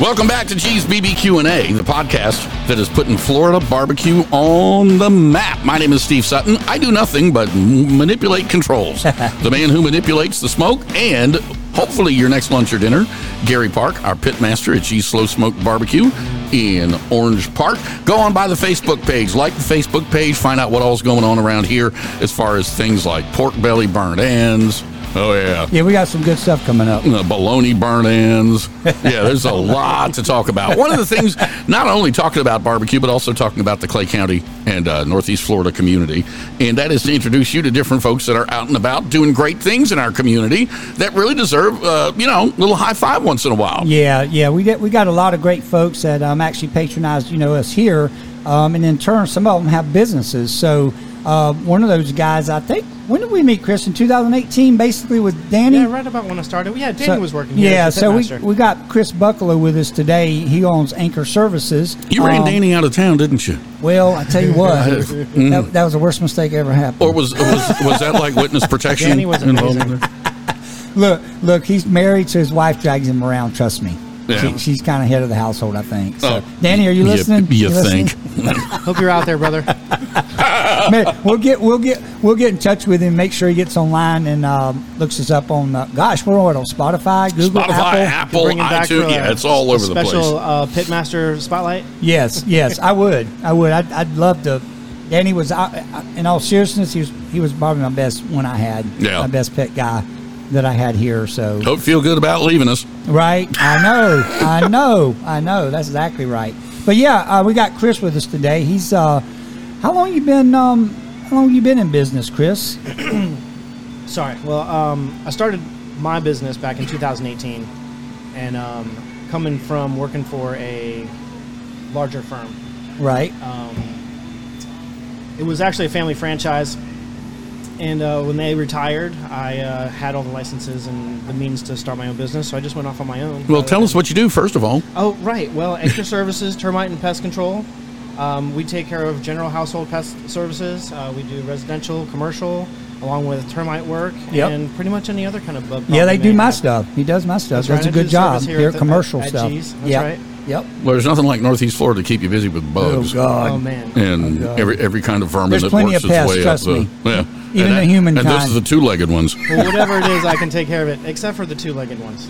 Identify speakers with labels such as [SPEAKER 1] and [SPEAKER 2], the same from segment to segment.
[SPEAKER 1] Welcome back to G's BBQ and A, the podcast that is putting Florida barbecue on the map. My name is Steve Sutton. I do nothing but m- manipulate controls. the man who manipulates the smoke and hopefully your next lunch or dinner, Gary Park, our pit master at G's Slow Smoke Barbecue in Orange Park. Go on by the Facebook page, like the Facebook page, find out what all's going on around here as far as things like pork belly burnt ends. Oh yeah
[SPEAKER 2] Yeah, we got some good stuff coming up.
[SPEAKER 1] the baloney burn ins. Yeah, there's a lot to talk about. One of the things, not only talking about barbecue, but also talking about the Clay County and uh, Northeast Florida community. And that is to introduce you to different folks that are out and about doing great things in our community that really deserve, uh, you know, a little high five once in a while.
[SPEAKER 2] Yeah, yeah, we get we got a lot of great folks that um, actually patronize you know us here, um, and in turn, some of them have businesses. So uh, one of those guys, I think, when did we meet Chris in 2018? Basically with Danny.
[SPEAKER 3] Yeah, right about when I started. Yeah, Danny
[SPEAKER 2] So-
[SPEAKER 3] was working here.
[SPEAKER 2] Yeah,
[SPEAKER 3] as a
[SPEAKER 2] so we,
[SPEAKER 3] pitmaster.
[SPEAKER 2] we got Chris Bucklow with us today. He owns Anchor Services.
[SPEAKER 1] You ran
[SPEAKER 2] Um,
[SPEAKER 1] Danny out of town, didn't you?
[SPEAKER 2] Well, I tell you what, that, that was the worst mistake ever happened.
[SPEAKER 1] Or was was, was that like witness protection
[SPEAKER 3] Danny was
[SPEAKER 1] involved?
[SPEAKER 3] amazing.
[SPEAKER 2] Look, look, he's married, so his wife drags him around. Trust me.
[SPEAKER 1] Yeah.
[SPEAKER 2] She, she's kind of head of the household, I think. So,
[SPEAKER 1] Oh,
[SPEAKER 2] Danny, are you listening?
[SPEAKER 1] You,
[SPEAKER 2] You listening?
[SPEAKER 1] think?
[SPEAKER 3] Hope you're out there, brother.
[SPEAKER 2] Man, we'll get we'll get we'll get in touch with him. Make sure he gets online and um, looks us up on. Uh, gosh, we're on Spotify, Google,
[SPEAKER 1] Spotify,
[SPEAKER 2] Apple.
[SPEAKER 1] Apple,
[SPEAKER 3] Bring him back for
[SPEAKER 1] iTunes.
[SPEAKER 3] a-
[SPEAKER 1] Yeah, it's all over the place.
[SPEAKER 3] Special uh, pitmaster spotlight.
[SPEAKER 2] Yes, yes, I would, I would, I'd, I'd love to. Danny was, I, I, in all seriousness, he was he was probably my best one I had.
[SPEAKER 1] Yeah.
[SPEAKER 2] my best pet guy that I had here. So
[SPEAKER 1] Hope you feel good about leaving us.
[SPEAKER 2] Right. I know. I know. I know. That's exactly right. But yeah, uh, we got Chris with us today. He's uh, how long you been? Um, how long you been in business, Chris?
[SPEAKER 3] Sorry. Well, um, I started my business back in 2018, and um, coming from working for a larger firm,
[SPEAKER 2] Right.
[SPEAKER 3] Uh, it was actually a family franchise. And uh, when they retired, I uh, had all the licenses and the means to start my own business, so I just went off on my own.
[SPEAKER 1] Well,
[SPEAKER 3] Uh,
[SPEAKER 1] tell us what you do first of all.
[SPEAKER 3] Oh, right. Well, extra services, termite and pest control. Um, we take care of general household pest services. Uh, we do residential, commercial, along with termite work,
[SPEAKER 2] Yep.
[SPEAKER 3] and pretty much any other kind of bug.
[SPEAKER 2] Yeah,
[SPEAKER 3] problem
[SPEAKER 2] they
[SPEAKER 3] you
[SPEAKER 2] do
[SPEAKER 3] may
[SPEAKER 2] my
[SPEAKER 3] have.
[SPEAKER 2] stuff. He does my stuff.
[SPEAKER 3] That's
[SPEAKER 2] That's,
[SPEAKER 3] right, I
[SPEAKER 2] a
[SPEAKER 3] do
[SPEAKER 2] good job.
[SPEAKER 3] service here
[SPEAKER 2] They're
[SPEAKER 3] at the-
[SPEAKER 2] commercial
[SPEAKER 3] at
[SPEAKER 2] stuff.
[SPEAKER 3] G's. That's
[SPEAKER 2] yep.
[SPEAKER 3] right.
[SPEAKER 2] Yep.
[SPEAKER 1] Well, there's nothing like Northeast Florida to keep you busy with
[SPEAKER 2] Oh
[SPEAKER 1] bugs.
[SPEAKER 2] God.
[SPEAKER 3] Oh man.
[SPEAKER 1] and every every kind of vermin
[SPEAKER 2] There's
[SPEAKER 1] that
[SPEAKER 2] plenty
[SPEAKER 1] works
[SPEAKER 2] of
[SPEAKER 1] its
[SPEAKER 2] pests,
[SPEAKER 1] way
[SPEAKER 2] trust
[SPEAKER 1] up. the-
[SPEAKER 2] me.
[SPEAKER 1] yeah,
[SPEAKER 2] Even
[SPEAKER 1] and
[SPEAKER 2] the
[SPEAKER 1] that-
[SPEAKER 2] human
[SPEAKER 1] And those
[SPEAKER 2] kind.
[SPEAKER 1] are the two-legged ones.
[SPEAKER 3] Well, whatever it is, I can take care of it, except for the two-legged ones.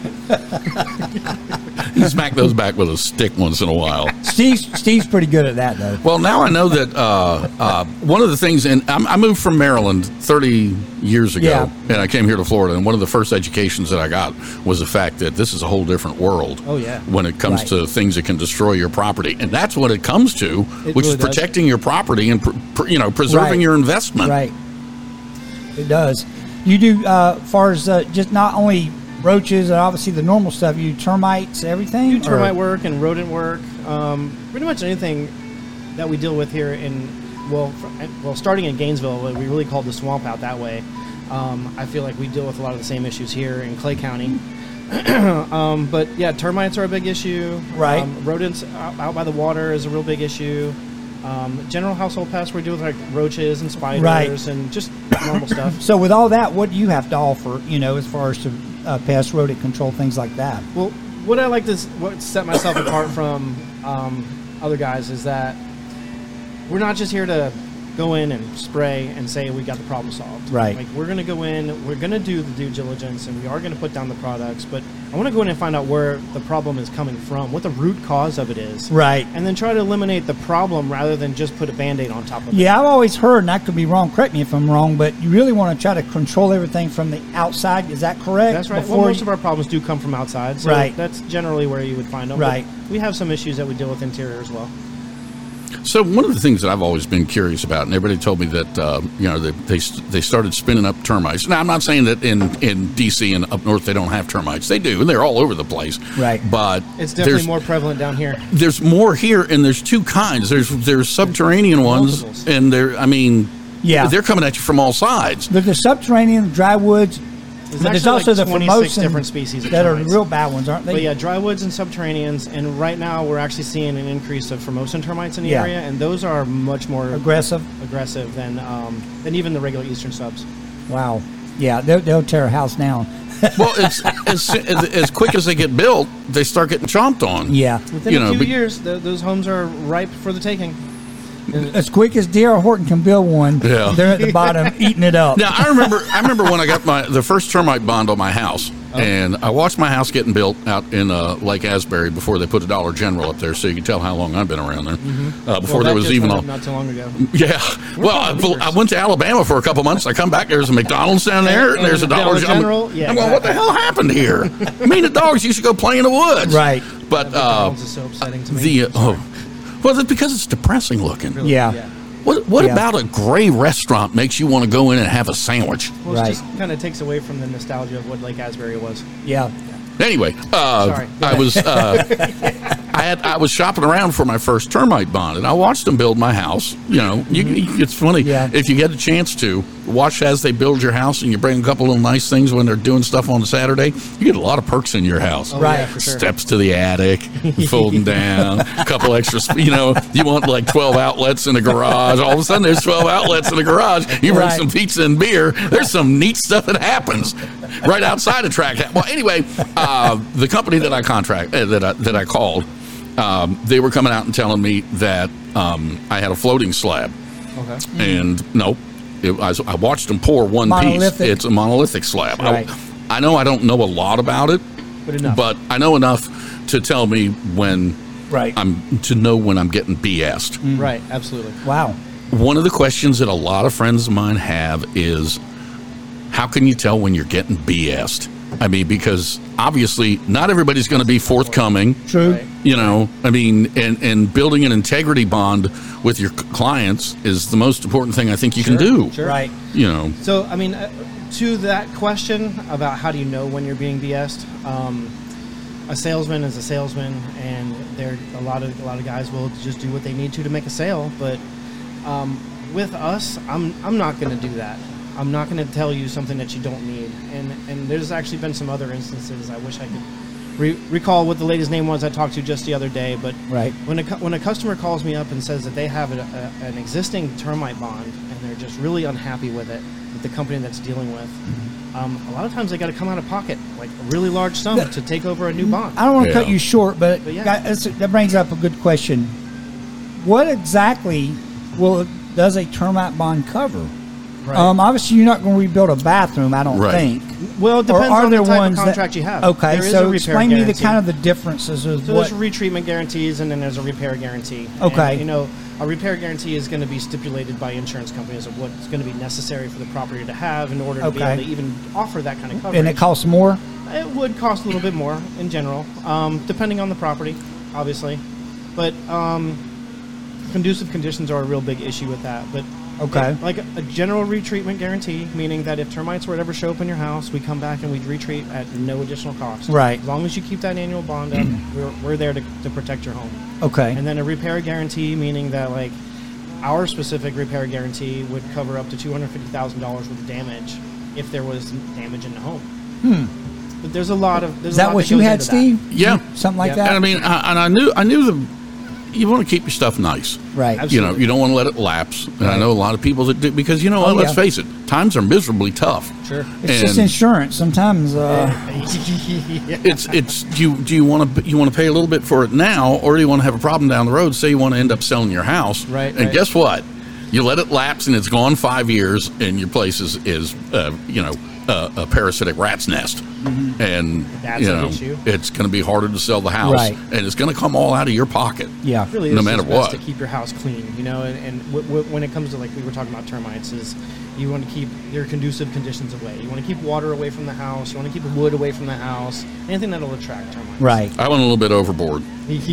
[SPEAKER 1] You smack those back with a stick once in a while.
[SPEAKER 2] Steve's Steve's pretty good at that though.
[SPEAKER 1] Well, now I know that uh, uh, one of the things, and I'm, I moved from Maryland 30 years ago,
[SPEAKER 2] Yeah.
[SPEAKER 1] and I came here to Florida. And one of the first educations that I got was the fact that this is a whole different world.
[SPEAKER 3] Oh, yeah.
[SPEAKER 1] When it comes
[SPEAKER 2] Right.
[SPEAKER 1] to things that can destroy your property, and that's what it comes to,
[SPEAKER 3] It
[SPEAKER 1] which
[SPEAKER 3] really
[SPEAKER 1] is
[SPEAKER 3] does.
[SPEAKER 1] protecting your property and pr- pr- you know preserving
[SPEAKER 2] Right.
[SPEAKER 1] your investment.
[SPEAKER 2] Right. It does. You do uh, far as uh, just not only roaches and obviously the normal stuff. You do termites, everything.
[SPEAKER 3] do
[SPEAKER 2] or-
[SPEAKER 3] termite work and rodent work, um, pretty much anything that we deal with here in well, fr- eh, well, starting in Gainesville, what we really called the swamp out that way. Um, I feel like we deal with a lot of the same issues here in Clay County. um, but yeah, termites are a big issue.
[SPEAKER 2] Right.
[SPEAKER 3] Um, rodents out, out by the water is a real big issue. Um, general household pests we deal with like roaches and spiders
[SPEAKER 2] Right.
[SPEAKER 3] and just normal stuff.
[SPEAKER 2] So with all that, what do you have to offer? You know, as far as to uh, pest rodent control things like that.
[SPEAKER 3] Well, what I like to s- what set myself apart from um, other guys is that we're not just here to go in and spray and say we got the problem solved.
[SPEAKER 2] Right.
[SPEAKER 3] Like we're gonna go in, we're gonna do the due diligence, and we are gonna put down the products. But I want to go in and find out where the problem is coming from, what the root cause of it is,
[SPEAKER 2] Right.
[SPEAKER 3] and then try to eliminate the problem rather than just put a band-aid on top of it.
[SPEAKER 2] Yeah, I've always heard, and I could be wrong. Correct me if I'm wrong, but you really want to try to control everything from the outside. Is that correct?
[SPEAKER 3] That's right.
[SPEAKER 2] Before
[SPEAKER 3] well, most
[SPEAKER 2] you-
[SPEAKER 3] of our problems do come from outside, so
[SPEAKER 2] Right.
[SPEAKER 3] That's generally where you would find them. but
[SPEAKER 2] Right.
[SPEAKER 3] We have some issues that we deal with interior as well.
[SPEAKER 1] So one of the things that I've always been curious about, and everybody told me that uh, you know they, they they started spinning up termites. Now I'm not saying that in in DC and up north they don't have termites. They do, and they're all over the place.
[SPEAKER 2] Right.
[SPEAKER 1] But
[SPEAKER 3] It's definitely
[SPEAKER 1] there's,
[SPEAKER 3] more prevalent down here.
[SPEAKER 1] There's more here, and there's two kinds. There's there's subterranean ones,
[SPEAKER 3] multiples.
[SPEAKER 1] and they're I mean,
[SPEAKER 2] Yeah.
[SPEAKER 1] they're coming at you from all sides.
[SPEAKER 2] there's the subterranean, dry woods, but there's
[SPEAKER 3] actually
[SPEAKER 2] also
[SPEAKER 3] like
[SPEAKER 2] the
[SPEAKER 3] 26
[SPEAKER 2] Formosan
[SPEAKER 3] different species of
[SPEAKER 2] that are
[SPEAKER 3] termites.
[SPEAKER 2] real bad ones, aren't they?
[SPEAKER 3] But yeah, drywoods and subterraneans, and right now we're actually seeing an increase of Formosan termites in the
[SPEAKER 2] Yeah.
[SPEAKER 3] area, and those are much more
[SPEAKER 2] Aggressive.
[SPEAKER 3] aggressive than um, than even the regular eastern subs.
[SPEAKER 2] Wow. Yeah, they'll, they'll tear a house down.
[SPEAKER 1] Well, it's, as, as, as quick as they get built, they start getting chomped on.
[SPEAKER 2] Yeah.
[SPEAKER 3] Within
[SPEAKER 1] You
[SPEAKER 3] a
[SPEAKER 1] know,
[SPEAKER 3] few
[SPEAKER 1] but-
[SPEAKER 3] years, th- those homes are ripe for the taking.
[SPEAKER 2] As quick as D.R. Horton can build one,
[SPEAKER 1] Yeah.
[SPEAKER 2] they're at the bottom eating it up.
[SPEAKER 1] Now I remember I remember when I got my the first termite bond on my house,
[SPEAKER 3] Oh.
[SPEAKER 1] and I watched my house getting built out in uh, Lake Asbury before they put a Dollar General up there, so you can tell how long I've been around there. Uh, before
[SPEAKER 3] Mm-hmm. Well,
[SPEAKER 1] there
[SPEAKER 3] that
[SPEAKER 1] was
[SPEAKER 3] just
[SPEAKER 1] even
[SPEAKER 3] went
[SPEAKER 1] a mm,
[SPEAKER 3] up not too long ago.
[SPEAKER 1] yeah. Well, I,
[SPEAKER 3] believers.
[SPEAKER 1] I went to Alabama for a couple months. I come back, there's a McDonald's down there, and
[SPEAKER 3] And
[SPEAKER 1] there's a Dollar
[SPEAKER 3] Dollar
[SPEAKER 1] General.
[SPEAKER 3] General, yeah,
[SPEAKER 1] I'm going, what the
[SPEAKER 3] exactly.
[SPEAKER 1] hell happened here? Me and the dogs used to go play in the woods.
[SPEAKER 2] Right.
[SPEAKER 1] But uh,
[SPEAKER 3] McDonald's is so upsetting to me.
[SPEAKER 1] the uh, oh, well, it's because it's depressing looking.
[SPEAKER 3] Really,
[SPEAKER 2] Yeah.
[SPEAKER 1] What What
[SPEAKER 2] Yeah.
[SPEAKER 1] about a gray restaurant makes you want to go in and have a sandwich?
[SPEAKER 3] Well,
[SPEAKER 2] Right.
[SPEAKER 3] it just kind of takes away from the nostalgia of what Lake Asbury was.
[SPEAKER 2] Yeah.
[SPEAKER 1] Anyway, uh,
[SPEAKER 3] Sorry.
[SPEAKER 1] I was uh, I had I was shopping around for my first termite bond, and I watched them build my house. You know, you, you- it's funny
[SPEAKER 2] Yeah.
[SPEAKER 1] if you get a chance to watch as they build your house, and you bring a couple little nice things when they're doing stuff on Saturday. You get a lot of perks in your house.
[SPEAKER 2] Right.
[SPEAKER 3] Oh, yeah, for sure.
[SPEAKER 1] Steps to the attic, folding down, a couple extra. sp- You know, you want like twelve outlets in a garage. All of a sudden, there's twelve outlets in a garage. You bring
[SPEAKER 2] Right.
[SPEAKER 1] some pizza and beer. There's some neat stuff that happens right outside of track. Hat. Well, anyway, uh, the company that I contract uh, that I, that I called, um, they were coming out and telling me that um, I had a floating slab,
[SPEAKER 3] Okay.
[SPEAKER 1] and nope. It, I, I watched them pour one piece.
[SPEAKER 2] Monolithic.
[SPEAKER 1] It's a monolithic slab. I-
[SPEAKER 2] Right.
[SPEAKER 1] I know I don't know a lot about it,
[SPEAKER 3] But enough.
[SPEAKER 1] but I know enough to tell me when
[SPEAKER 2] Right.
[SPEAKER 1] I'm to know when I'm getting BS'd.
[SPEAKER 3] right, absolutely.
[SPEAKER 2] wow.
[SPEAKER 1] One of the questions that a lot of friends of mine have is how can you tell when you're getting BS'd? I mean, because obviously not everybody's going to be forthcoming.
[SPEAKER 2] True.
[SPEAKER 3] Right.
[SPEAKER 1] You know, I mean, and, and building an integrity bond with your c- clients is the most important thing I think you can do.
[SPEAKER 3] Sure.
[SPEAKER 2] Right.
[SPEAKER 1] You know,
[SPEAKER 3] So, I mean, uh, to that question about how do you know when you're being BS'd, um, a salesman is a salesman, and there a lot of a lot of guys will just do what they need to to make a sale. But um, with us, I'm I'm not going to do that. I'm not going to tell you something that you don't need. And and there's actually been some other instances. I wish I could re- recall what the lady's name was I talked to just the other day. But
[SPEAKER 2] Right.
[SPEAKER 3] when a cu- when a customer calls me up and says that they have a, a, an existing termite bond and they're just really unhappy with it, with the company that's dealing with.
[SPEAKER 2] Mm-hmm.
[SPEAKER 3] Um, a lot of times they got to come out of pocket, like a really large sum, to take over a new bond.
[SPEAKER 2] Mm-hmm. I don't want to cut
[SPEAKER 1] Yeah.
[SPEAKER 2] you short, but,
[SPEAKER 3] But yeah.
[SPEAKER 2] that- that's- that brings up a good question. What exactly will does a termite bond cover?
[SPEAKER 3] Right.
[SPEAKER 2] Um, obviously, you're not going to rebuild a bathroom, I don't
[SPEAKER 1] Right.
[SPEAKER 2] think.
[SPEAKER 3] Well, it
[SPEAKER 2] Or
[SPEAKER 3] depends
[SPEAKER 2] are
[SPEAKER 3] on
[SPEAKER 2] there
[SPEAKER 3] the type of
[SPEAKER 2] ones that-
[SPEAKER 3] contract you have.
[SPEAKER 2] Okay,
[SPEAKER 3] There is a
[SPEAKER 2] so
[SPEAKER 3] repair
[SPEAKER 2] explain me the
[SPEAKER 3] guarantee.
[SPEAKER 2] kind of the differences of
[SPEAKER 3] So
[SPEAKER 2] what.
[SPEAKER 3] there's retreatment guarantees, and then there's a repair guarantee.
[SPEAKER 2] Okay.
[SPEAKER 3] And, you know, a repair guarantee is going to be stipulated by insurance companies of what's going to be necessary for the property to have in order to be
[SPEAKER 2] Okay.
[SPEAKER 3] able to even offer that kind of coverage.
[SPEAKER 2] and it costs more.
[SPEAKER 3] It would cost a little bit more in general, um, depending on the property, obviously. But um, conducive conditions are a real big issue with that. But
[SPEAKER 2] Okay.
[SPEAKER 3] like a general retreatment guarantee, meaning that if termites were to ever show up in your house, we come back and we retreat at no additional cost.
[SPEAKER 2] Right.
[SPEAKER 3] As long as you keep that annual bond up, we're, we're there to, to protect your home.
[SPEAKER 2] Okay.
[SPEAKER 3] And then a repair guarantee, meaning that like our specific repair guarantee would cover up to two hundred fifty thousand dollars worth of damage if there was damage in the home. Hmm. But there's a lot of there's
[SPEAKER 2] Is
[SPEAKER 3] a
[SPEAKER 2] that
[SPEAKER 3] lot
[SPEAKER 2] what
[SPEAKER 3] that
[SPEAKER 2] you
[SPEAKER 3] goes
[SPEAKER 2] had,
[SPEAKER 3] into
[SPEAKER 2] Steve?
[SPEAKER 3] That.
[SPEAKER 1] yeah.
[SPEAKER 2] Something like
[SPEAKER 3] Yeah.
[SPEAKER 1] And
[SPEAKER 2] that.
[SPEAKER 1] I mean, I, and I knew, I knew the, you want to keep your stuff nice.
[SPEAKER 2] right.
[SPEAKER 3] Absolutely.
[SPEAKER 1] you know you don't want to let it lapse and i know a lot of people that do because you know what,
[SPEAKER 2] Oh,
[SPEAKER 1] let's
[SPEAKER 2] yeah.
[SPEAKER 1] face it times are miserably tough
[SPEAKER 3] Sure.
[SPEAKER 2] It's just
[SPEAKER 1] And-
[SPEAKER 2] insurance. Sometimes. Uh,
[SPEAKER 1] it's it's do you do you want to you want to pay a little bit for it now or do you want to have a problem down the road say you want to end up selling your house
[SPEAKER 3] Right,
[SPEAKER 1] and
[SPEAKER 3] right.
[SPEAKER 1] guess what you let it lapse and it's gone five years and your place is is uh, you know uh, a parasitic rat's nest and
[SPEAKER 3] Mm-hmm. That's
[SPEAKER 1] you
[SPEAKER 3] an
[SPEAKER 1] know
[SPEAKER 3] issue.
[SPEAKER 1] it's going to be harder to sell the house
[SPEAKER 2] Right.
[SPEAKER 1] and it's going to come all out of your pocket
[SPEAKER 2] yeah.
[SPEAKER 3] Really,
[SPEAKER 1] No
[SPEAKER 3] it's
[SPEAKER 1] matter
[SPEAKER 3] just best
[SPEAKER 1] what.
[SPEAKER 3] to keep your house clean, you know. And, and w- w- when it comes to like we were talking about termites, is you want to keep your conducive conditions away. You want to keep water away from the house. You want to keep wood away from the house. Anything that'll attract termites.
[SPEAKER 2] Right.
[SPEAKER 1] I went a little bit overboard.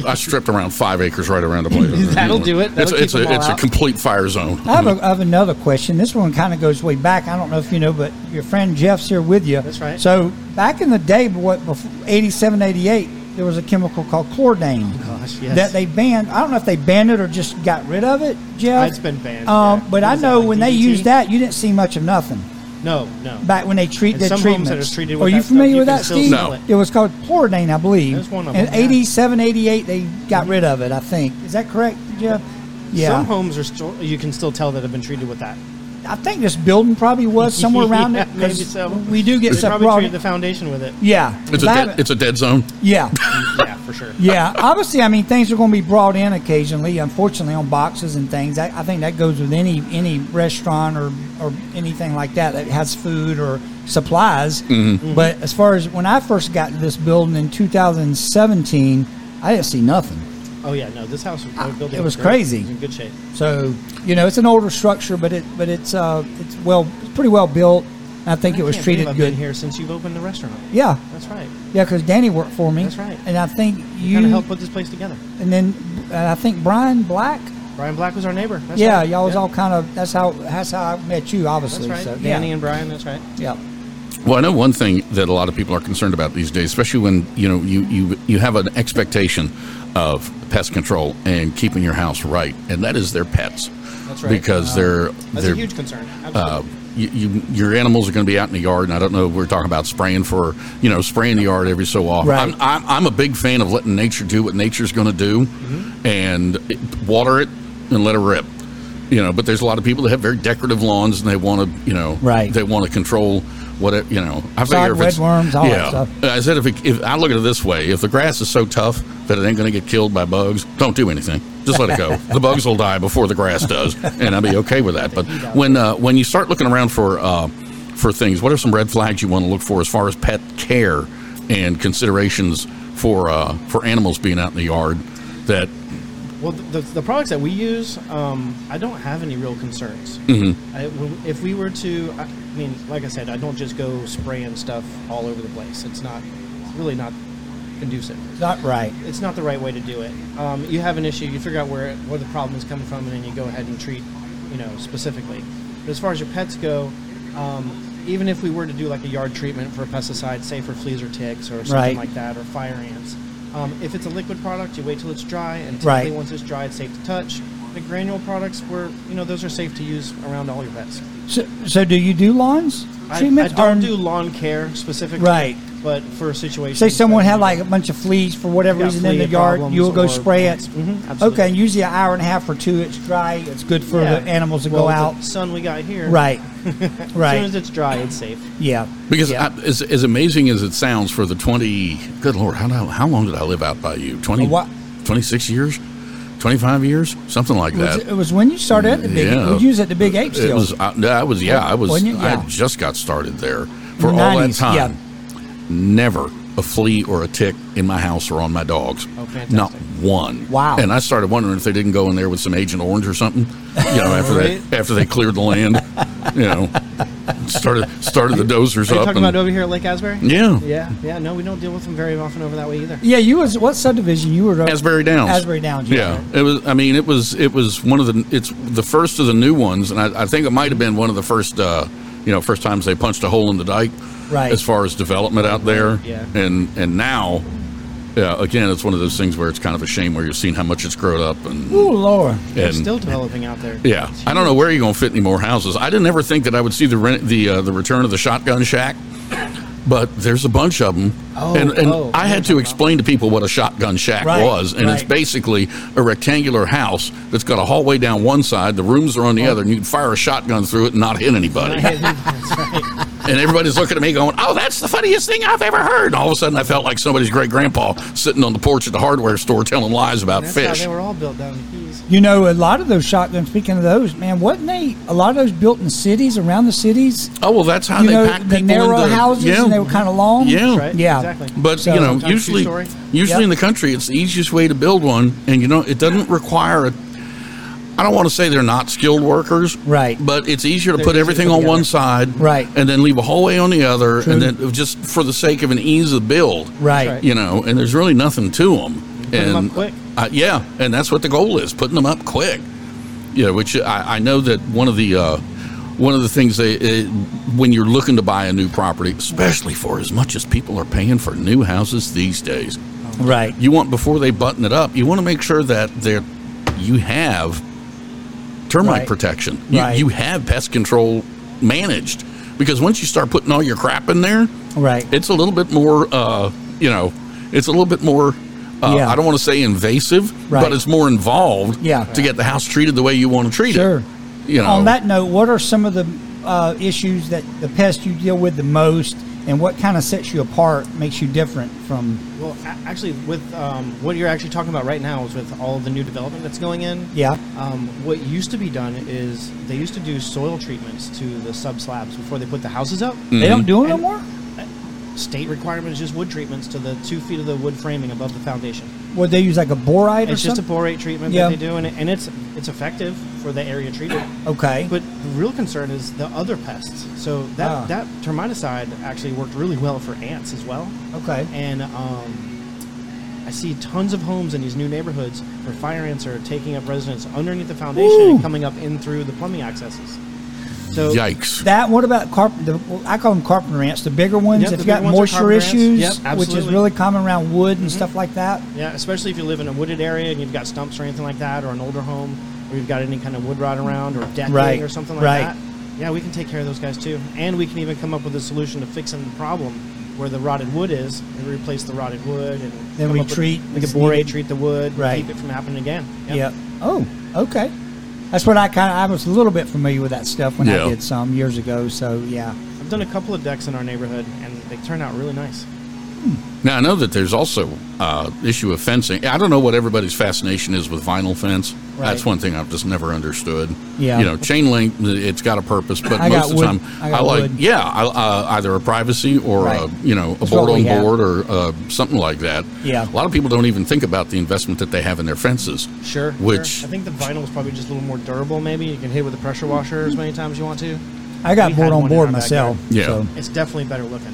[SPEAKER 1] I stripped around five acres right around the place.
[SPEAKER 3] That'll do it. That'll
[SPEAKER 1] it's it's
[SPEAKER 3] keep
[SPEAKER 1] a,
[SPEAKER 3] them all
[SPEAKER 1] it's a
[SPEAKER 3] out.
[SPEAKER 1] complete fire zone.
[SPEAKER 2] I have, a, I have another question. This one kind of goes way back. I don't know if you know, but your friend Jeff's here with you.
[SPEAKER 3] That's right.
[SPEAKER 2] So back in the day, what before 87, 88, there was a chemical called chlordane
[SPEAKER 3] Oh, Gosh, yes.
[SPEAKER 2] that they banned. I don't know if they banned it or just got rid of it, Jeff.
[SPEAKER 3] It's been banned,
[SPEAKER 2] Um,
[SPEAKER 3] yeah.
[SPEAKER 2] But
[SPEAKER 3] What
[SPEAKER 2] I
[SPEAKER 3] is that,
[SPEAKER 2] know
[SPEAKER 3] like
[SPEAKER 2] when they
[SPEAKER 3] DDT?
[SPEAKER 2] used that, you didn't see much of nothing
[SPEAKER 3] no, no.
[SPEAKER 2] back when they treat
[SPEAKER 3] And
[SPEAKER 2] the
[SPEAKER 3] some homes
[SPEAKER 2] treatments.
[SPEAKER 3] that are treated with
[SPEAKER 2] Are you
[SPEAKER 3] that stuff,
[SPEAKER 2] familiar
[SPEAKER 3] you
[SPEAKER 2] with
[SPEAKER 3] can
[SPEAKER 2] that,
[SPEAKER 3] still
[SPEAKER 2] Steve?
[SPEAKER 1] smell it.
[SPEAKER 2] It was called chlordane, I believe.
[SPEAKER 3] There's one of
[SPEAKER 2] In
[SPEAKER 3] them, yeah.
[SPEAKER 2] 87, 88, they got rid of it, I think. Is that correct, Jeff? Yeah.
[SPEAKER 3] Some homes are still you can still tell that have been treated with that.
[SPEAKER 2] I think this building probably was somewhere around
[SPEAKER 3] Yeah,
[SPEAKER 2] it. 'cause
[SPEAKER 3] Maybe so.
[SPEAKER 2] We do get
[SPEAKER 3] They
[SPEAKER 2] stuff
[SPEAKER 3] probably
[SPEAKER 2] brought.
[SPEAKER 3] treated the foundation with it.
[SPEAKER 2] yeah,
[SPEAKER 1] It's a
[SPEAKER 2] Lab-
[SPEAKER 1] dead, it's a dead zone.
[SPEAKER 2] yeah,
[SPEAKER 3] yeah, for sure.
[SPEAKER 2] yeah. Obviously, I mean things are going to be brought in occasionally. Unfortunately, on boxes and things. I, I think that goes with any any restaurant or or anything like that that has food or supplies.
[SPEAKER 1] Mm-hmm.
[SPEAKER 3] Mm-hmm.
[SPEAKER 2] But as far as when I first got to this building in 2017, I didn't see nothing.
[SPEAKER 3] Oh yeah, no, this house, the building,
[SPEAKER 2] it was
[SPEAKER 3] great.
[SPEAKER 2] crazy.
[SPEAKER 3] It was in good shape.
[SPEAKER 2] So you know, it's an older structure, but it but it's uh it's well it's pretty well built. I think it was
[SPEAKER 3] Can't believe
[SPEAKER 2] treated
[SPEAKER 3] I've
[SPEAKER 2] good.
[SPEAKER 3] Been here since you've opened the restaurant.
[SPEAKER 2] Yeah,
[SPEAKER 3] That's right.
[SPEAKER 2] yeah, because Danny worked for me.
[SPEAKER 3] That's right.
[SPEAKER 2] And I think
[SPEAKER 3] You
[SPEAKER 2] you
[SPEAKER 3] kind of helped put this place together.
[SPEAKER 2] and then uh, I think Brian Black.
[SPEAKER 3] Brian Black was our neighbor. That's
[SPEAKER 2] yeah,
[SPEAKER 3] right.
[SPEAKER 2] y'all was all kind of that's how that's how I met you,
[SPEAKER 3] That's
[SPEAKER 2] obviously.
[SPEAKER 3] right.
[SPEAKER 2] So
[SPEAKER 3] Danny and Brian. That's right.
[SPEAKER 2] yeah. yeah.
[SPEAKER 1] Well, I know one thing that a lot of people are concerned about these days, especially when you know you you you have an expectation of pest control and keeping your house right, and that is their pets.
[SPEAKER 3] That's right. Uh,
[SPEAKER 1] Because they're
[SPEAKER 3] That's
[SPEAKER 1] they're
[SPEAKER 3] a huge concern.
[SPEAKER 1] uh,
[SPEAKER 3] Absolutely.
[SPEAKER 1] you, you, your animals are going to be out in the yard, and I don't know. We're talking about spraying for you know spraying the yard every so often.
[SPEAKER 2] Right.
[SPEAKER 1] I'm, I'm, I'm a big fan of letting nature do what nature's going to do,
[SPEAKER 2] Mm-hmm.
[SPEAKER 1] and it, water it and let it rip. You know, but there's a lot of people that have very decorative lawns, and they want to you know
[SPEAKER 2] Right.
[SPEAKER 1] They want to control what it you know. I
[SPEAKER 2] Sod,
[SPEAKER 1] figure if it's
[SPEAKER 2] redworms, all that
[SPEAKER 1] yeah.
[SPEAKER 2] stuff.
[SPEAKER 1] Uh, I said if, it, if I look at it this way, if the grass is so tough that it ain't going to get killed by bugs, don't do anything. Just let it go. the bugs will die before the grass does, and I'll be okay with that. But when uh, when you start looking around for uh, for things, what are some red flags you want to look for as far as pet care and considerations for uh, for animals being out in the yard? That
[SPEAKER 3] Well, the, the products that we use, um, I don't have any real concerns.
[SPEAKER 1] Mm-hmm.
[SPEAKER 3] I, w- if we were to, I mean, like I said, I don't just go spraying stuff all over the place. It's not, it's really not conducive.
[SPEAKER 2] Not right.
[SPEAKER 3] It's not the right way to do it. Um, you have an issue, you figure out where where the problem is coming from, and then you go ahead and treat, you know, specifically. But as far as your pets go, um, even if we were to do like a yard treatment for pesticide, say for fleas or ticks or something
[SPEAKER 2] Right.
[SPEAKER 3] like that, or fire ants. Um, if it's a liquid product, you wait till it's dry, and
[SPEAKER 2] Right.
[SPEAKER 3] typically once once it's dry, it's safe to touch. The granule products were, you know, those are safe to use around all your pets.
[SPEAKER 2] So, so do you do lawns
[SPEAKER 3] I, I
[SPEAKER 2] treatments?
[SPEAKER 3] don't
[SPEAKER 2] Or-
[SPEAKER 3] do lawn care specifically,
[SPEAKER 2] Right.
[SPEAKER 3] But for situations,
[SPEAKER 2] Say someone
[SPEAKER 3] that-
[SPEAKER 2] had like a bunch of fleas for whatever
[SPEAKER 3] Yeah,
[SPEAKER 2] reason in
[SPEAKER 3] flea
[SPEAKER 2] the yard,
[SPEAKER 3] problems
[SPEAKER 2] you'll go
[SPEAKER 3] or-
[SPEAKER 2] spray it.
[SPEAKER 3] Mhm, absolutely.
[SPEAKER 2] okay, and usually an hour and a half or two, it's dry. It's good for
[SPEAKER 3] Yeah.
[SPEAKER 2] the animals to
[SPEAKER 3] Well,
[SPEAKER 2] go
[SPEAKER 3] with the
[SPEAKER 2] out.
[SPEAKER 3] sun we got here,
[SPEAKER 2] Right,
[SPEAKER 3] As soon
[SPEAKER 2] right.
[SPEAKER 3] as it's dry, it's safe.
[SPEAKER 2] yeah,
[SPEAKER 1] because
[SPEAKER 2] Yeah.
[SPEAKER 1] I, as, as amazing as it sounds for the twenty, good lord, how long- how long did I live out by you? 20,
[SPEAKER 2] A wha-
[SPEAKER 1] 26 years, twenty five years, something like
[SPEAKER 2] It was-
[SPEAKER 1] that.
[SPEAKER 2] it was when you started at the big.
[SPEAKER 1] Yeah.
[SPEAKER 2] Yeah. We use at the big ape
[SPEAKER 1] It
[SPEAKER 2] still.
[SPEAKER 1] was. I, no, I was. Yeah, I was.
[SPEAKER 2] Wasn't it?
[SPEAKER 1] I
[SPEAKER 2] Yeah.
[SPEAKER 1] had just got started there for all that
[SPEAKER 2] 90s,
[SPEAKER 1] time.
[SPEAKER 2] yeah.
[SPEAKER 1] Never a flea or a tick in my house or on my dogs.
[SPEAKER 3] Oh, fantastic.
[SPEAKER 1] Not one.
[SPEAKER 2] Wow.
[SPEAKER 1] And I started wondering if they didn't go in there with some Agent Orange or something. You know, after they after they cleared the land. You know, started started the dozers
[SPEAKER 3] Are you
[SPEAKER 1] up.
[SPEAKER 3] talking
[SPEAKER 1] and-
[SPEAKER 3] about over here at Lake Asbury?
[SPEAKER 1] yeah.
[SPEAKER 3] yeah, yeah. No, we don't deal with them very often over that way either.
[SPEAKER 2] yeah, you was what subdivision you were?
[SPEAKER 1] Asbury Downs.
[SPEAKER 2] Asbury Downs.
[SPEAKER 1] Yeah, it was. I mean, it was. It was one of the. It's the first of the new ones, and I, I think it might have been one of the first. Uh, you know, first times they punched a hole in the dike.
[SPEAKER 2] Right.
[SPEAKER 1] As far as development out there.
[SPEAKER 3] Yeah.
[SPEAKER 1] And and now, yeah. Again, it's one of those things where it's kind of a shame where you're seeing how much it's grown up and
[SPEAKER 2] Oh Lord.
[SPEAKER 3] They're
[SPEAKER 1] and
[SPEAKER 3] still developing out there.
[SPEAKER 1] yeah. I don't know where you're going to fit any more houses. I didn't ever think that I would see the rent, the uh, the return of the shotgun shack. But there's a bunch of them,
[SPEAKER 3] Oh,
[SPEAKER 1] and, and
[SPEAKER 3] oh,
[SPEAKER 1] I had to explain to people what a shotgun shack
[SPEAKER 2] Right,
[SPEAKER 1] was, and it's
[SPEAKER 2] right.
[SPEAKER 1] basically a rectangular house that's got a hallway down one side, the rooms are on
[SPEAKER 3] Oh.
[SPEAKER 1] the other, and you can fire a shotgun through it and not hit anybody.
[SPEAKER 3] That's right.
[SPEAKER 1] and everybody's looking at me, going, "Oh, that's the funniest thing I've ever heard." And all of a sudden, I felt like somebody's great grandpa sitting on the porch at the hardware store telling lies about
[SPEAKER 3] That's how
[SPEAKER 1] fish.
[SPEAKER 3] they were all built down in the Keys.
[SPEAKER 2] You know, a lot of those shotguns. Speaking of those, man, wasn't they a lot of those built in cities around the cities?
[SPEAKER 1] oh well, that's how
[SPEAKER 2] You
[SPEAKER 1] they
[SPEAKER 2] know,
[SPEAKER 1] pack
[SPEAKER 2] the
[SPEAKER 1] people
[SPEAKER 2] narrow
[SPEAKER 1] into
[SPEAKER 2] houses,
[SPEAKER 1] yeah.
[SPEAKER 2] and they were kind of long.
[SPEAKER 1] Yeah.
[SPEAKER 3] Right?
[SPEAKER 2] Yeah.
[SPEAKER 3] Exactly.
[SPEAKER 1] But
[SPEAKER 2] So-
[SPEAKER 1] you know,
[SPEAKER 3] Sometimes
[SPEAKER 1] usually,
[SPEAKER 3] two-story.
[SPEAKER 1] usually
[SPEAKER 2] Yep.
[SPEAKER 1] in the country, it's the easiest way to build one, and you know, it doesn't require a. I don't want to say they're not skilled workers,
[SPEAKER 2] Right.
[SPEAKER 1] But it's easier to
[SPEAKER 3] They're
[SPEAKER 1] put
[SPEAKER 3] easier
[SPEAKER 1] everything
[SPEAKER 3] to put
[SPEAKER 1] on one
[SPEAKER 3] together.
[SPEAKER 1] side,
[SPEAKER 2] Right.
[SPEAKER 1] and then leave a hallway on the other,
[SPEAKER 2] True.
[SPEAKER 1] and then just for the sake of an ease of build,
[SPEAKER 2] Right.
[SPEAKER 3] right.
[SPEAKER 1] You know, and there's really nothing to them, and
[SPEAKER 3] 'em up quick.
[SPEAKER 1] I- yeah, and that's what the goal is, putting them up quick. Yeah, which I, I know that one of the uh, one of the things they uh, when you're looking to buy a new property, especially for as much as people are paying for new houses these days,
[SPEAKER 2] Right.
[SPEAKER 1] you want before they button it up, you want to make sure that there you have termite
[SPEAKER 2] Right.
[SPEAKER 1] protection. You,
[SPEAKER 2] Right.
[SPEAKER 1] you have pest control managed because once you start putting all your crap in there,
[SPEAKER 2] Right.
[SPEAKER 1] it's a little bit more uh, you know it's a little bit more uh,
[SPEAKER 2] Yeah.
[SPEAKER 1] i don't want to say invasive
[SPEAKER 2] Right.
[SPEAKER 1] but it's more involved
[SPEAKER 2] Yeah.
[SPEAKER 1] to get the house treated the way you want to treat
[SPEAKER 2] Sure.
[SPEAKER 1] it you know.
[SPEAKER 2] on that note, what are some of the uh, issues that the pests you deal with the most, and what kind of sets you apart, makes you different from?
[SPEAKER 3] Well, a- actually, with um, what you're actually talking about right now is with all the new development that's going in.
[SPEAKER 2] Yeah.
[SPEAKER 3] Um, what used to be done is they used to do soil treatments to the sub slabs before they put the houses up.
[SPEAKER 1] Mm.
[SPEAKER 2] They
[SPEAKER 1] Mm-hmm.
[SPEAKER 2] don't do it no
[SPEAKER 3] And-
[SPEAKER 2] more.
[SPEAKER 3] State requirement is just wood treatments to the two feet of the wood framing above the foundation.
[SPEAKER 2] Would they use like a borite or
[SPEAKER 3] It's just a
[SPEAKER 2] something?
[SPEAKER 3] borate treatment
[SPEAKER 2] Yeah.
[SPEAKER 3] that they do, and, it- and it's it's effective for the area treated.
[SPEAKER 2] okay.
[SPEAKER 3] But the real concern is the other pests. So that
[SPEAKER 2] Ah.
[SPEAKER 3] that termiticide actually worked really well for ants as well.
[SPEAKER 2] okay.
[SPEAKER 3] and um, I see tons of homes in these new neighborhoods where fire ants are taking up residence underneath the foundation
[SPEAKER 2] Ooh.
[SPEAKER 3] and coming up in through the plumbing accesses. So
[SPEAKER 1] Yikes.
[SPEAKER 2] That. What about carpenter? I call them carpenter ants, the bigger ones.
[SPEAKER 3] Yep,
[SPEAKER 2] if
[SPEAKER 3] the
[SPEAKER 2] you got
[SPEAKER 3] bigger ones are
[SPEAKER 2] moisture
[SPEAKER 3] carpenter ants.
[SPEAKER 2] issues, which
[SPEAKER 3] Yep,
[SPEAKER 2] is
[SPEAKER 3] absolutely. Mm-hmm.
[SPEAKER 2] really common around wood and stuff like that.
[SPEAKER 3] yeah, especially if you live in a wooded area and you've got stumps or anything like that, or an older home where you've got any kind of wood rot around or decking
[SPEAKER 2] Right,
[SPEAKER 3] or something like
[SPEAKER 2] right.
[SPEAKER 3] that. Yeah, we can take care of those guys too, and we can even come up with a solution to fixing the problem where the rotted wood is, and replace the rotted wood, and
[SPEAKER 2] Then
[SPEAKER 3] come
[SPEAKER 2] we
[SPEAKER 3] up with-
[SPEAKER 2] treat
[SPEAKER 3] we can
[SPEAKER 2] as
[SPEAKER 3] borate,
[SPEAKER 2] needed.
[SPEAKER 3] treat the wood,
[SPEAKER 2] Right.
[SPEAKER 3] keep it from happening again.
[SPEAKER 2] Yeah. Oh, okay. That's what I kind of. I was a little bit familiar with that stuff when
[SPEAKER 1] Yeah.
[SPEAKER 2] I did some years ago. So yeah.
[SPEAKER 3] I've done a couple of decks in our neighborhood, and they turn out really nice.
[SPEAKER 1] Now I know that there's also uh, issue of fencing. I don't know what everybody's fascination is with vinyl fence. That's
[SPEAKER 3] Right.
[SPEAKER 1] one thing I've just never understood.
[SPEAKER 2] Yeah.
[SPEAKER 1] you know, chain link. It's got a purpose, but
[SPEAKER 2] I
[SPEAKER 1] most
[SPEAKER 2] got
[SPEAKER 1] of the
[SPEAKER 2] wood.
[SPEAKER 1] time,
[SPEAKER 2] I got
[SPEAKER 1] like
[SPEAKER 2] wood.
[SPEAKER 1] yeah, I, uh, either a privacy or
[SPEAKER 2] Right.
[SPEAKER 1] a, you know a
[SPEAKER 2] That's
[SPEAKER 1] board
[SPEAKER 2] what
[SPEAKER 1] on
[SPEAKER 2] we have.
[SPEAKER 1] board or uh, something like that.
[SPEAKER 2] Yeah.
[SPEAKER 1] a lot of people don't even think about the investment that they have in their fences.
[SPEAKER 3] Sure.
[SPEAKER 1] which
[SPEAKER 3] sure. I think the vinyl is probably just a little more durable. Maybe you can hit it with a pressure washer as many times as you want to.
[SPEAKER 2] I got
[SPEAKER 3] We
[SPEAKER 2] board
[SPEAKER 3] had
[SPEAKER 2] on
[SPEAKER 3] one in
[SPEAKER 2] board
[SPEAKER 3] our
[SPEAKER 2] myself.
[SPEAKER 1] Yeah.
[SPEAKER 2] So
[SPEAKER 3] It's definitely better looking.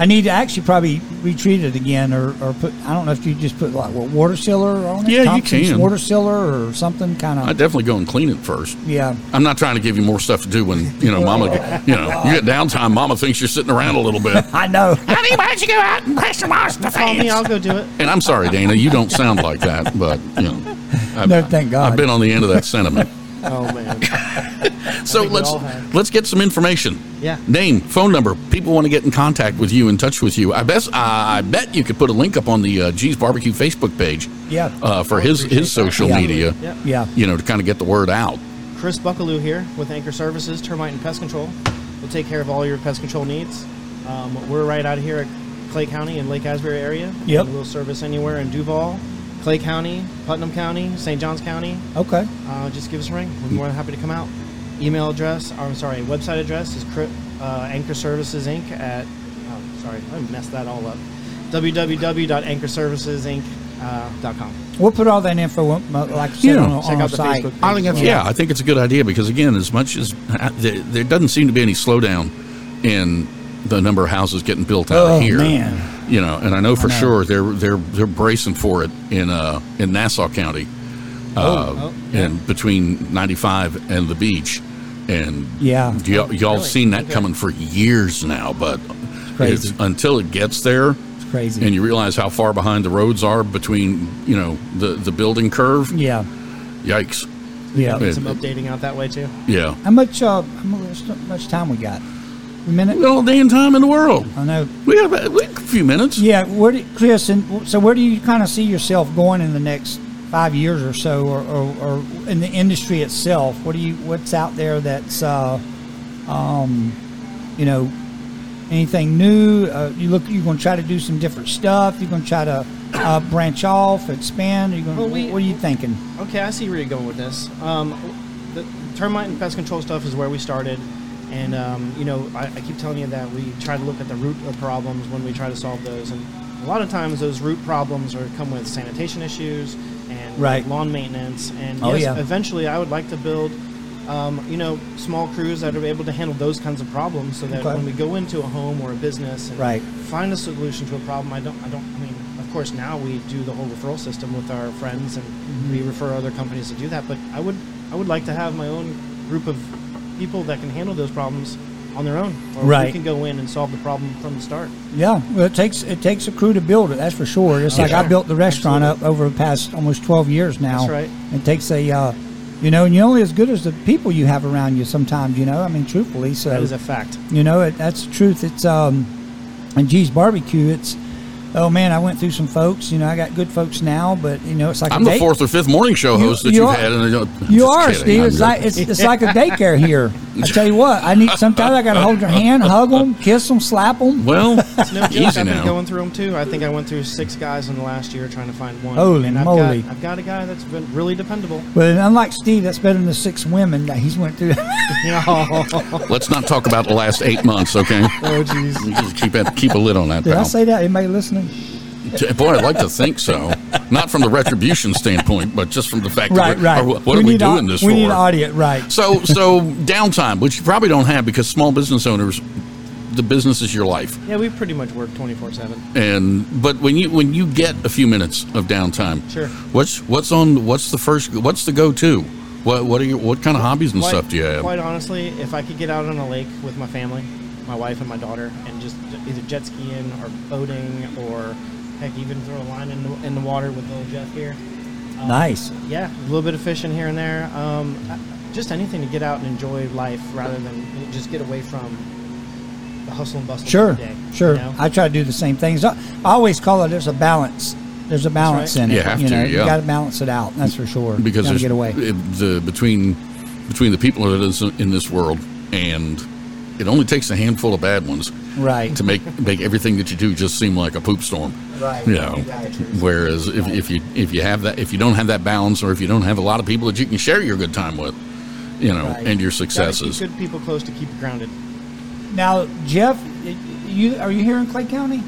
[SPEAKER 2] I need to actually probably retreat it again, or, or put. I don't know if you just put like what water sealer on it.
[SPEAKER 1] Yeah, you
[SPEAKER 2] Thompson's
[SPEAKER 1] can.
[SPEAKER 2] water sealer or something kind
[SPEAKER 1] I
[SPEAKER 2] of.
[SPEAKER 1] definitely go and clean it first.
[SPEAKER 2] Yeah.
[SPEAKER 1] I'm not trying to give you more stuff to do when you know Mama. You know, you get downtime. Mama thinks you're sitting around a little bit.
[SPEAKER 2] I know.
[SPEAKER 1] Honey, why don't you go out and pressure wash the
[SPEAKER 3] Call me,
[SPEAKER 1] fence?
[SPEAKER 3] I'll go do it.
[SPEAKER 1] And I'm sorry, Dana, you don't sound like that, but you know, I've,
[SPEAKER 2] No, thank God.
[SPEAKER 1] I've been on the end of that sentiment.
[SPEAKER 3] Oh man.
[SPEAKER 1] So
[SPEAKER 3] think we
[SPEAKER 1] let's
[SPEAKER 3] all have.
[SPEAKER 1] let's get some information.
[SPEAKER 3] Yeah.
[SPEAKER 1] Name, phone number. People want to get in contact with you, in touch with you. I bet I bet you could put a link up on the uh, G's Barbecue Facebook page.
[SPEAKER 2] Yeah.
[SPEAKER 1] Uh, for his
[SPEAKER 3] Appreciate
[SPEAKER 1] his
[SPEAKER 3] that.
[SPEAKER 1] social
[SPEAKER 2] Yeah.
[SPEAKER 1] media.
[SPEAKER 3] Yep.
[SPEAKER 2] Yeah.
[SPEAKER 1] You know, to kind of get the word out.
[SPEAKER 3] Chris Buckaloo here with Anchor Services Termite and Pest Control. We'll take care of all your pest control needs. Um, we're right out here at Clay County and Lake Asbury area.
[SPEAKER 2] Yep.
[SPEAKER 3] And we'll service anywhere in Duval, Clay County, Putnam County, St. Johns County,
[SPEAKER 2] Okay.
[SPEAKER 3] uh, just give us a ring. We're more than happy to come out. Email address, or I'm sorry, website address is cri- uh, Anchor Services Inc. at, oh, sorry, I messed that all up. www.anchorservicesinc.com.
[SPEAKER 2] We'll put all that info, um, uh, like I said,
[SPEAKER 1] Yeah.
[SPEAKER 2] on, on
[SPEAKER 3] Check out
[SPEAKER 2] our
[SPEAKER 3] the
[SPEAKER 2] site.
[SPEAKER 3] Facebook page.
[SPEAKER 1] I think that's, yeah. I think it's a good idea because again, as much as uh, there, there doesn't seem to be any slowdown in the number of houses getting built out
[SPEAKER 2] Oh,
[SPEAKER 1] of here,
[SPEAKER 2] man.
[SPEAKER 1] you know, and I know for
[SPEAKER 2] know.
[SPEAKER 1] sure they're they're they're bracing for it in uh in Nassau County, uh,
[SPEAKER 3] oh, yeah.
[SPEAKER 1] and between ninety five and the beach, and
[SPEAKER 2] Yeah.
[SPEAKER 1] y'all, y'all
[SPEAKER 3] Really?
[SPEAKER 1] seen that
[SPEAKER 3] Okay.
[SPEAKER 1] coming for years now, but
[SPEAKER 2] crazy.
[SPEAKER 1] it's- until it gets there.
[SPEAKER 2] It's crazy.
[SPEAKER 1] And you realize how far behind the roads are between, you know, the, the building curve.
[SPEAKER 2] yeah.
[SPEAKER 1] Yikes.
[SPEAKER 2] Yeah.
[SPEAKER 1] Yeah.
[SPEAKER 3] Some updating out that way too.
[SPEAKER 1] Yeah.
[SPEAKER 2] How much? Uh, how much, how much time we got? A minute.
[SPEAKER 1] We got all day and time in the world.
[SPEAKER 2] I know.
[SPEAKER 1] We have a, we have a few minutes.
[SPEAKER 2] Yeah. Where, do, Chris, and so where do you kind of see yourself going in the next five years or so, or, or, or in the industry itself? What do you? What's out there that's, uh, um, you know, anything new? Uh, you look. You're going to try to do some different stuff. You're going to try to uh, branch off, expand. You going?
[SPEAKER 3] Well,
[SPEAKER 2] to
[SPEAKER 3] we-
[SPEAKER 2] what are you thinking?
[SPEAKER 3] Okay, I see where you're going with this. Um, the termite and pest control stuff is where we started, and um, you know I, I keep telling you that we try to look at the root of problems when we try to solve those, and a lot of times those root problems are come with sanitation issues and
[SPEAKER 2] Right.
[SPEAKER 3] lawn maintenance, and
[SPEAKER 2] Oh,
[SPEAKER 3] yes,
[SPEAKER 2] yeah.
[SPEAKER 3] eventually I would like to build. Um, you know, small crews that are able to handle those kinds of problems, so that
[SPEAKER 2] Okay.
[SPEAKER 3] when we go into a home or a business and
[SPEAKER 2] Right.
[SPEAKER 3] find a solution to a problem. I don't. I don't. I mean, of course, now we do the whole referral system with our friends, and we refer other companies to do that. But I would. I would like to have my own group of people that can handle those problems on their own, or
[SPEAKER 2] Right.
[SPEAKER 3] we can go in and solve the problem from the start.
[SPEAKER 2] Yeah, well, it takes it takes a crew to build it. That's for sure. It's like I
[SPEAKER 3] sure.
[SPEAKER 2] built the restaurant up over the past almost twelve years now.
[SPEAKER 3] That's right.
[SPEAKER 2] It takes a, uh, you know, and you're only as good as the people you have around you. Sometimes, you know, I mean, truthfully, so
[SPEAKER 3] That is a fact.
[SPEAKER 2] you know, it, that's the truth. It's um, and G's barbecue. It's oh man, I went through some folks. You know, I got good folks now, but you know, it's like a
[SPEAKER 1] I'm the
[SPEAKER 2] date-
[SPEAKER 1] fourth or fifth morning show host that
[SPEAKER 2] you
[SPEAKER 1] you've
[SPEAKER 2] are-
[SPEAKER 1] had. And, uh,
[SPEAKER 2] You
[SPEAKER 1] just
[SPEAKER 2] are,
[SPEAKER 1] kidding.
[SPEAKER 2] Steve.
[SPEAKER 1] I'm
[SPEAKER 2] It's
[SPEAKER 1] joking.
[SPEAKER 2] like it's, it's like a daycare here. I tell you what, I need sometimes I got to hold your hand, hug them, kiss them, slap them.
[SPEAKER 1] well,
[SPEAKER 3] No joke,
[SPEAKER 1] easy
[SPEAKER 3] I've been
[SPEAKER 1] now.
[SPEAKER 3] going through them too. I think I went through six guys in the last year trying to find one.
[SPEAKER 2] Holy
[SPEAKER 3] and I've
[SPEAKER 2] moly.
[SPEAKER 3] Got, I've got a guy that's been really dependable.
[SPEAKER 2] But unlike Steve, that's better than the six women that he's went through.
[SPEAKER 3] oh,
[SPEAKER 1] Let's not talk about the last eight months, okay?
[SPEAKER 3] jeez.
[SPEAKER 1] Just keep it, keep a lid on that.
[SPEAKER 2] Did I
[SPEAKER 1] Pal.
[SPEAKER 2] say that? Anybody listening?
[SPEAKER 1] Boy, I'd like to think so. Not from the retribution standpoint, but just from the fact that
[SPEAKER 2] Right,
[SPEAKER 1] we're-
[SPEAKER 2] right.
[SPEAKER 1] or what are we
[SPEAKER 2] need au-
[SPEAKER 1] doing this
[SPEAKER 2] We
[SPEAKER 1] for?
[SPEAKER 2] need audience, right?
[SPEAKER 1] So, so downtime, which you probably don't have because small business owners, the business is your life.
[SPEAKER 3] Yeah, we pretty much work 24 7.
[SPEAKER 1] And but when you when you get a few minutes of downtime,
[SPEAKER 3] Sure.
[SPEAKER 1] What's what's on? What's the first? What's the go to? What what are your what kind of hobbies and stuff do you have?
[SPEAKER 3] Quite honestly, if I could get out on a lake with my family, my wife and my daughter, and just either jet skiing or boating or heck, even throw a line in the, in the water with little Jeff here.
[SPEAKER 2] Nice.
[SPEAKER 3] Yeah, a little bit of fishing here and there. Um, I- just anything to get out and enjoy life rather than just get away from the hustle and bustle of
[SPEAKER 2] Sure,
[SPEAKER 3] the day.
[SPEAKER 2] sure.
[SPEAKER 3] you know?
[SPEAKER 2] I try to do the same things. I I always call it. There's a balance. There's a balance
[SPEAKER 3] right.
[SPEAKER 2] in it.
[SPEAKER 1] You have to,
[SPEAKER 2] know,
[SPEAKER 1] yeah.
[SPEAKER 2] you got to balance it out. That's for sure.
[SPEAKER 1] because
[SPEAKER 2] Gotta
[SPEAKER 1] there's
[SPEAKER 2] get away.
[SPEAKER 1] it- the between between the people that is in this world and it only takes a handful of bad ones
[SPEAKER 2] Right.
[SPEAKER 1] to make make everything that you do just seem like a poop storm
[SPEAKER 2] Right.
[SPEAKER 1] you know
[SPEAKER 2] Right.
[SPEAKER 1] whereas if, if you if you have that if you don't have that balance or if you don't have a lot of people that you can share your good time with you know
[SPEAKER 2] Right.
[SPEAKER 1] and your
[SPEAKER 3] Gotta
[SPEAKER 1] successes
[SPEAKER 3] Keep good people close to keep you grounded.
[SPEAKER 2] Now, Jeff, you are you here in Clay County?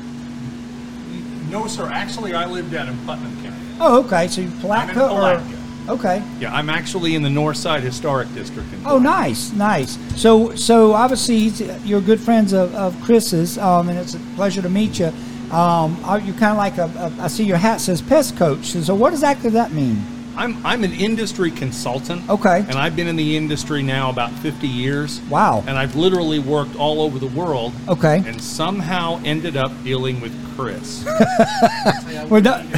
[SPEAKER 4] No, sir. Actually, I live down in Putnam County.
[SPEAKER 2] Oh, okay. So you
[SPEAKER 4] I'm in
[SPEAKER 2] Palatka or
[SPEAKER 4] Palatka.
[SPEAKER 2] okay.
[SPEAKER 4] Yeah, I'm actually in the North Side Historic District. In
[SPEAKER 2] Oh,
[SPEAKER 4] Putnam.
[SPEAKER 2] nice, nice. So, so obviously he's- you're good friends of, of Chris's, um, and it's a pleasure to meet you. Um, are you kind of like a, a? I see your hat says pest coach. So, what exactly does that mean?
[SPEAKER 4] I'm I'm an industry consultant.
[SPEAKER 2] Okay.
[SPEAKER 4] And I've been in the industry now about 50 years.
[SPEAKER 2] Wow.
[SPEAKER 4] And I've literally worked all over the world.
[SPEAKER 2] Okay.
[SPEAKER 4] And somehow ended up dealing with Chris.
[SPEAKER 2] We're done.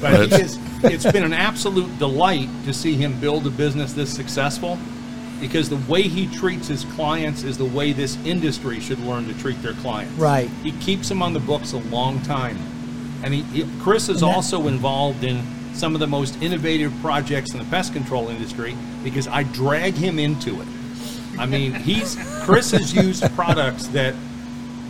[SPEAKER 4] But he
[SPEAKER 1] That's-
[SPEAKER 4] is, it's been an absolute delight to see him build a business this successful because the way he treats his clients is the way this industry should learn to treat their clients.
[SPEAKER 2] Right.
[SPEAKER 4] He keeps them on the books a long time. And he, he- Chris is
[SPEAKER 2] And that-
[SPEAKER 4] also involved in some of the most innovative projects in the pest control industry because I drag him into it. I mean, he's Chris has used products that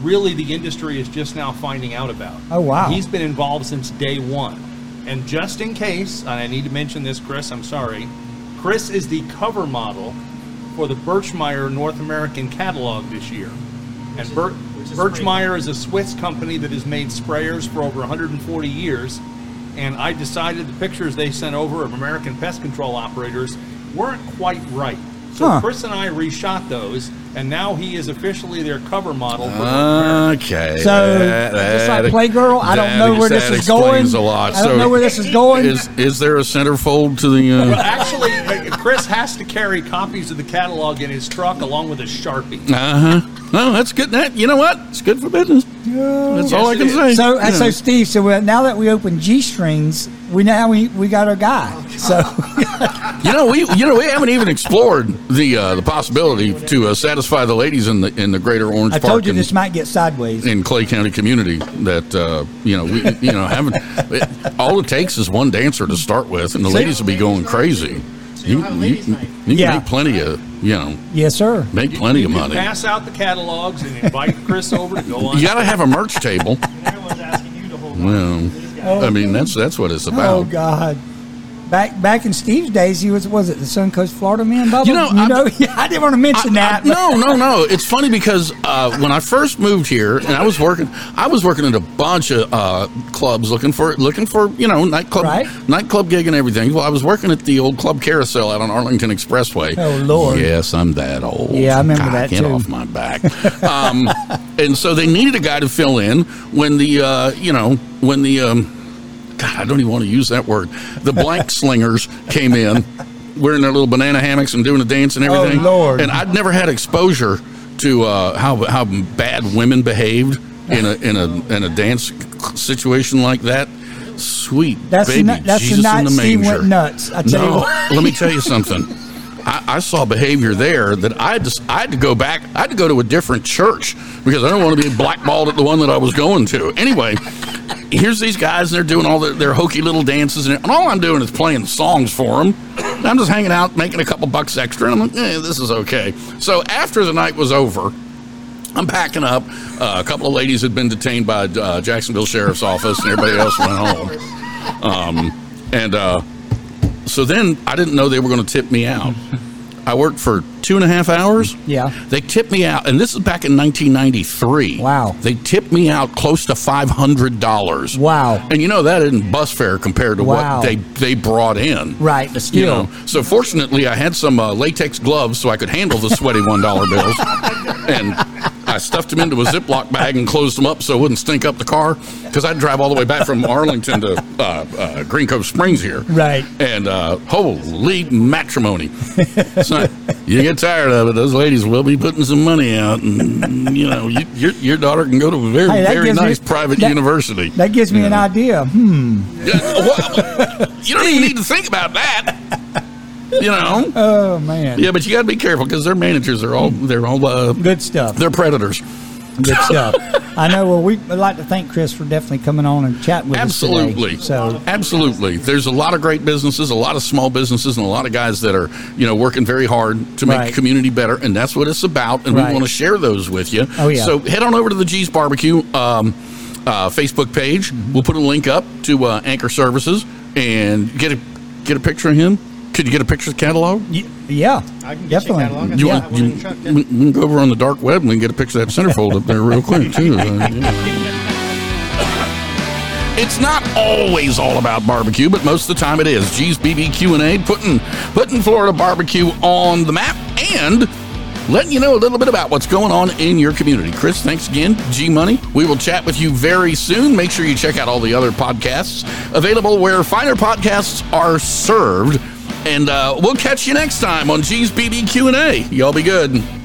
[SPEAKER 4] really the industry is just now finding out about.
[SPEAKER 2] Oh, wow.
[SPEAKER 4] He's been involved since day one. And just in case, and I need to mention this, Chris, I'm sorry. Chris is the cover model for the Birchmeyer North American catalog this year. And Bir- Birchmeyer is a Swiss company that has made sprayers for over 140 years. And I decided the pictures they sent over of American pest control operators weren't quite right. So
[SPEAKER 2] Huh.
[SPEAKER 4] Chris and I reshot those, and now he is officially their cover model for
[SPEAKER 1] Ah. okay
[SPEAKER 2] So, just like Playgirl, I don't know where this
[SPEAKER 1] that
[SPEAKER 2] is going.
[SPEAKER 1] explains a lot.
[SPEAKER 2] I don't
[SPEAKER 1] So
[SPEAKER 2] know where this is going.
[SPEAKER 1] is is there a centerfold to the uh,
[SPEAKER 4] Well, actually, uh, Chris has to carry copies of the catalog in his truck along with a sharpie.
[SPEAKER 1] Uh huh. No, that's good. That you know what? It's good for business. That's all I
[SPEAKER 4] Yes,
[SPEAKER 1] can
[SPEAKER 4] it
[SPEAKER 1] say.
[SPEAKER 4] is.
[SPEAKER 2] So,
[SPEAKER 1] You
[SPEAKER 2] so
[SPEAKER 1] know.
[SPEAKER 2] Steve, so we now that we open G strings, we now we, we got our guy. So,
[SPEAKER 1] you know, we you know we haven't even explored the uh, the possibility to uh, satisfy the ladies in the in the greater Orange
[SPEAKER 2] I
[SPEAKER 1] Park
[SPEAKER 2] told you
[SPEAKER 1] and,
[SPEAKER 2] this might get sideways.
[SPEAKER 1] and Clay County community that uh, you know we you know haven't. It, all it takes is one dancer to start with, and the ladies will be going crazy.
[SPEAKER 3] So
[SPEAKER 1] You,
[SPEAKER 3] you'll have a
[SPEAKER 1] you,
[SPEAKER 3] ladies'
[SPEAKER 1] you
[SPEAKER 3] night.
[SPEAKER 1] can
[SPEAKER 2] Yeah.
[SPEAKER 1] make plenty of you know
[SPEAKER 2] Yes, sir.
[SPEAKER 1] make plenty of
[SPEAKER 4] You
[SPEAKER 1] money.
[SPEAKER 4] Pass out the catalogs and invite Chris over to go on.
[SPEAKER 1] You got to have a merch table.
[SPEAKER 3] Everyone's asking you to hold on.
[SPEAKER 1] Well,
[SPEAKER 2] Oh.
[SPEAKER 1] I mean that's that's what it's about.
[SPEAKER 2] Oh God. Back back in Steve's days, he was was it the Suncoast Florida man, Bubba?
[SPEAKER 1] You know, I'm-
[SPEAKER 2] yeah, I didn't want to mention
[SPEAKER 1] I- I-
[SPEAKER 2] that.
[SPEAKER 1] no, no, no. It's funny because uh, when I first moved here and I was working, I was working at a bunch of uh, clubs looking for looking for you know nightclub
[SPEAKER 2] Right.
[SPEAKER 1] nightclub gig and everything. Well, I was working at the old club carousel out on Arlington Expressway.
[SPEAKER 2] Oh, Lord.
[SPEAKER 1] Yes, I'm that old.
[SPEAKER 2] Yeah, I remember
[SPEAKER 1] God,
[SPEAKER 2] that,
[SPEAKER 1] Get
[SPEAKER 2] too.
[SPEAKER 1] off my back. um, and so they needed a guy to fill in when the uh, you know when the um, God, I don't even want to use that word. The blank slingers came in wearing their little banana hammocks and doing a dance and everything.
[SPEAKER 2] Oh, Lord.
[SPEAKER 1] And I'd never had exposure to uh, how how bad women behaved in a in a in a dance situation like that. Sweet
[SPEAKER 2] that's
[SPEAKER 1] baby,
[SPEAKER 2] not, that's
[SPEAKER 1] Jesus
[SPEAKER 2] the night
[SPEAKER 1] in the manger.
[SPEAKER 2] Steve went nuts. I tell you
[SPEAKER 1] No,
[SPEAKER 2] what.
[SPEAKER 1] let me tell you something. I, I saw behavior there that I just I had to go back. I had to go to a different church because I don't want to be blackballed at the one that I was going to. Anyway, here's these guys, and they're doing all their, their hokey little dances, and, and all I'm doing is playing songs for them. And I'm just hanging out, making a couple bucks extra, and I'm like, eh, this is okay. So after the night was over, I'm packing up. Uh, a couple of ladies had been detained by uh, Jacksonville Sheriff's Office, and everybody else went home. Um, and uh, so then I didn't know they were going to tip me out. I worked for two and a half hours.
[SPEAKER 2] Yeah.
[SPEAKER 1] They tipped me out, and this is back in 1993.
[SPEAKER 2] Wow.
[SPEAKER 1] They tipped me out close to $500.
[SPEAKER 2] Wow.
[SPEAKER 1] And you know, that isn't bus fare compared to
[SPEAKER 2] Wow.
[SPEAKER 1] what they, they brought in.
[SPEAKER 2] Right, but
[SPEAKER 1] You
[SPEAKER 2] still.
[SPEAKER 1] know, so fortunately, I had some uh, latex gloves so I could handle the sweaty one dollar bills, and I stuffed them into a Ziploc bag and closed them up so it wouldn't stink up the car because I'd drive all the way back from Arlington to uh, uh, Green Cove Springs here.
[SPEAKER 2] Right.
[SPEAKER 1] And uh, holy matrimony, Son, you get tired of it. Those ladies will be putting some money out, and you know you, your your daughter can go to a very
[SPEAKER 2] Hey, that
[SPEAKER 1] very
[SPEAKER 2] gives me-
[SPEAKER 1] nice private
[SPEAKER 2] that-
[SPEAKER 1] university.
[SPEAKER 2] That gives me an idea. Hmm.
[SPEAKER 1] Yeah, well, you don't even need to think about that. You know.
[SPEAKER 2] Oh man.
[SPEAKER 1] Yeah, but you got to be careful because their managers are all they're all uh,
[SPEAKER 2] Good stuff.
[SPEAKER 1] they're predators.
[SPEAKER 2] Good stuff. I know. Well, we'd like to thank Chris for definitely coming on and chatting with
[SPEAKER 1] Absolutely.
[SPEAKER 2] us. Absolutely. So
[SPEAKER 1] Absolutely. There's a lot of great businesses, a lot of small businesses, and a lot of guys that are, you know, working very hard to make
[SPEAKER 2] Right.
[SPEAKER 1] the community better. And that's what it's about. And
[SPEAKER 2] Right.
[SPEAKER 1] we want to share those with you.
[SPEAKER 2] Oh, yeah.
[SPEAKER 1] So head on over to the G's Barbecue um, uh, Facebook page. We'll put a link up to uh, Anchor Services and get a get a picture of him. Could you get a picture of the catalog?
[SPEAKER 2] y- yeah,
[SPEAKER 3] I can get you
[SPEAKER 2] definitely.
[SPEAKER 3] catalog.
[SPEAKER 1] You
[SPEAKER 3] yeah.
[SPEAKER 1] want, you, we we can go over on the dark web and we can get a picture of that centerfold up there real quick too. Uh, yeah. It's not always all about barbecue, but most of the time it is. G's BBQ and A putting putting Florida barbecue on the map and letting you know a little bit about what's going on in your community. Chris, thanks again. G Money. We will chat with you very soon. Make sure you check out all the other podcasts available where finer podcasts are served. And uh, we'll catch you next time on G's BBQ and A. Y'all be good.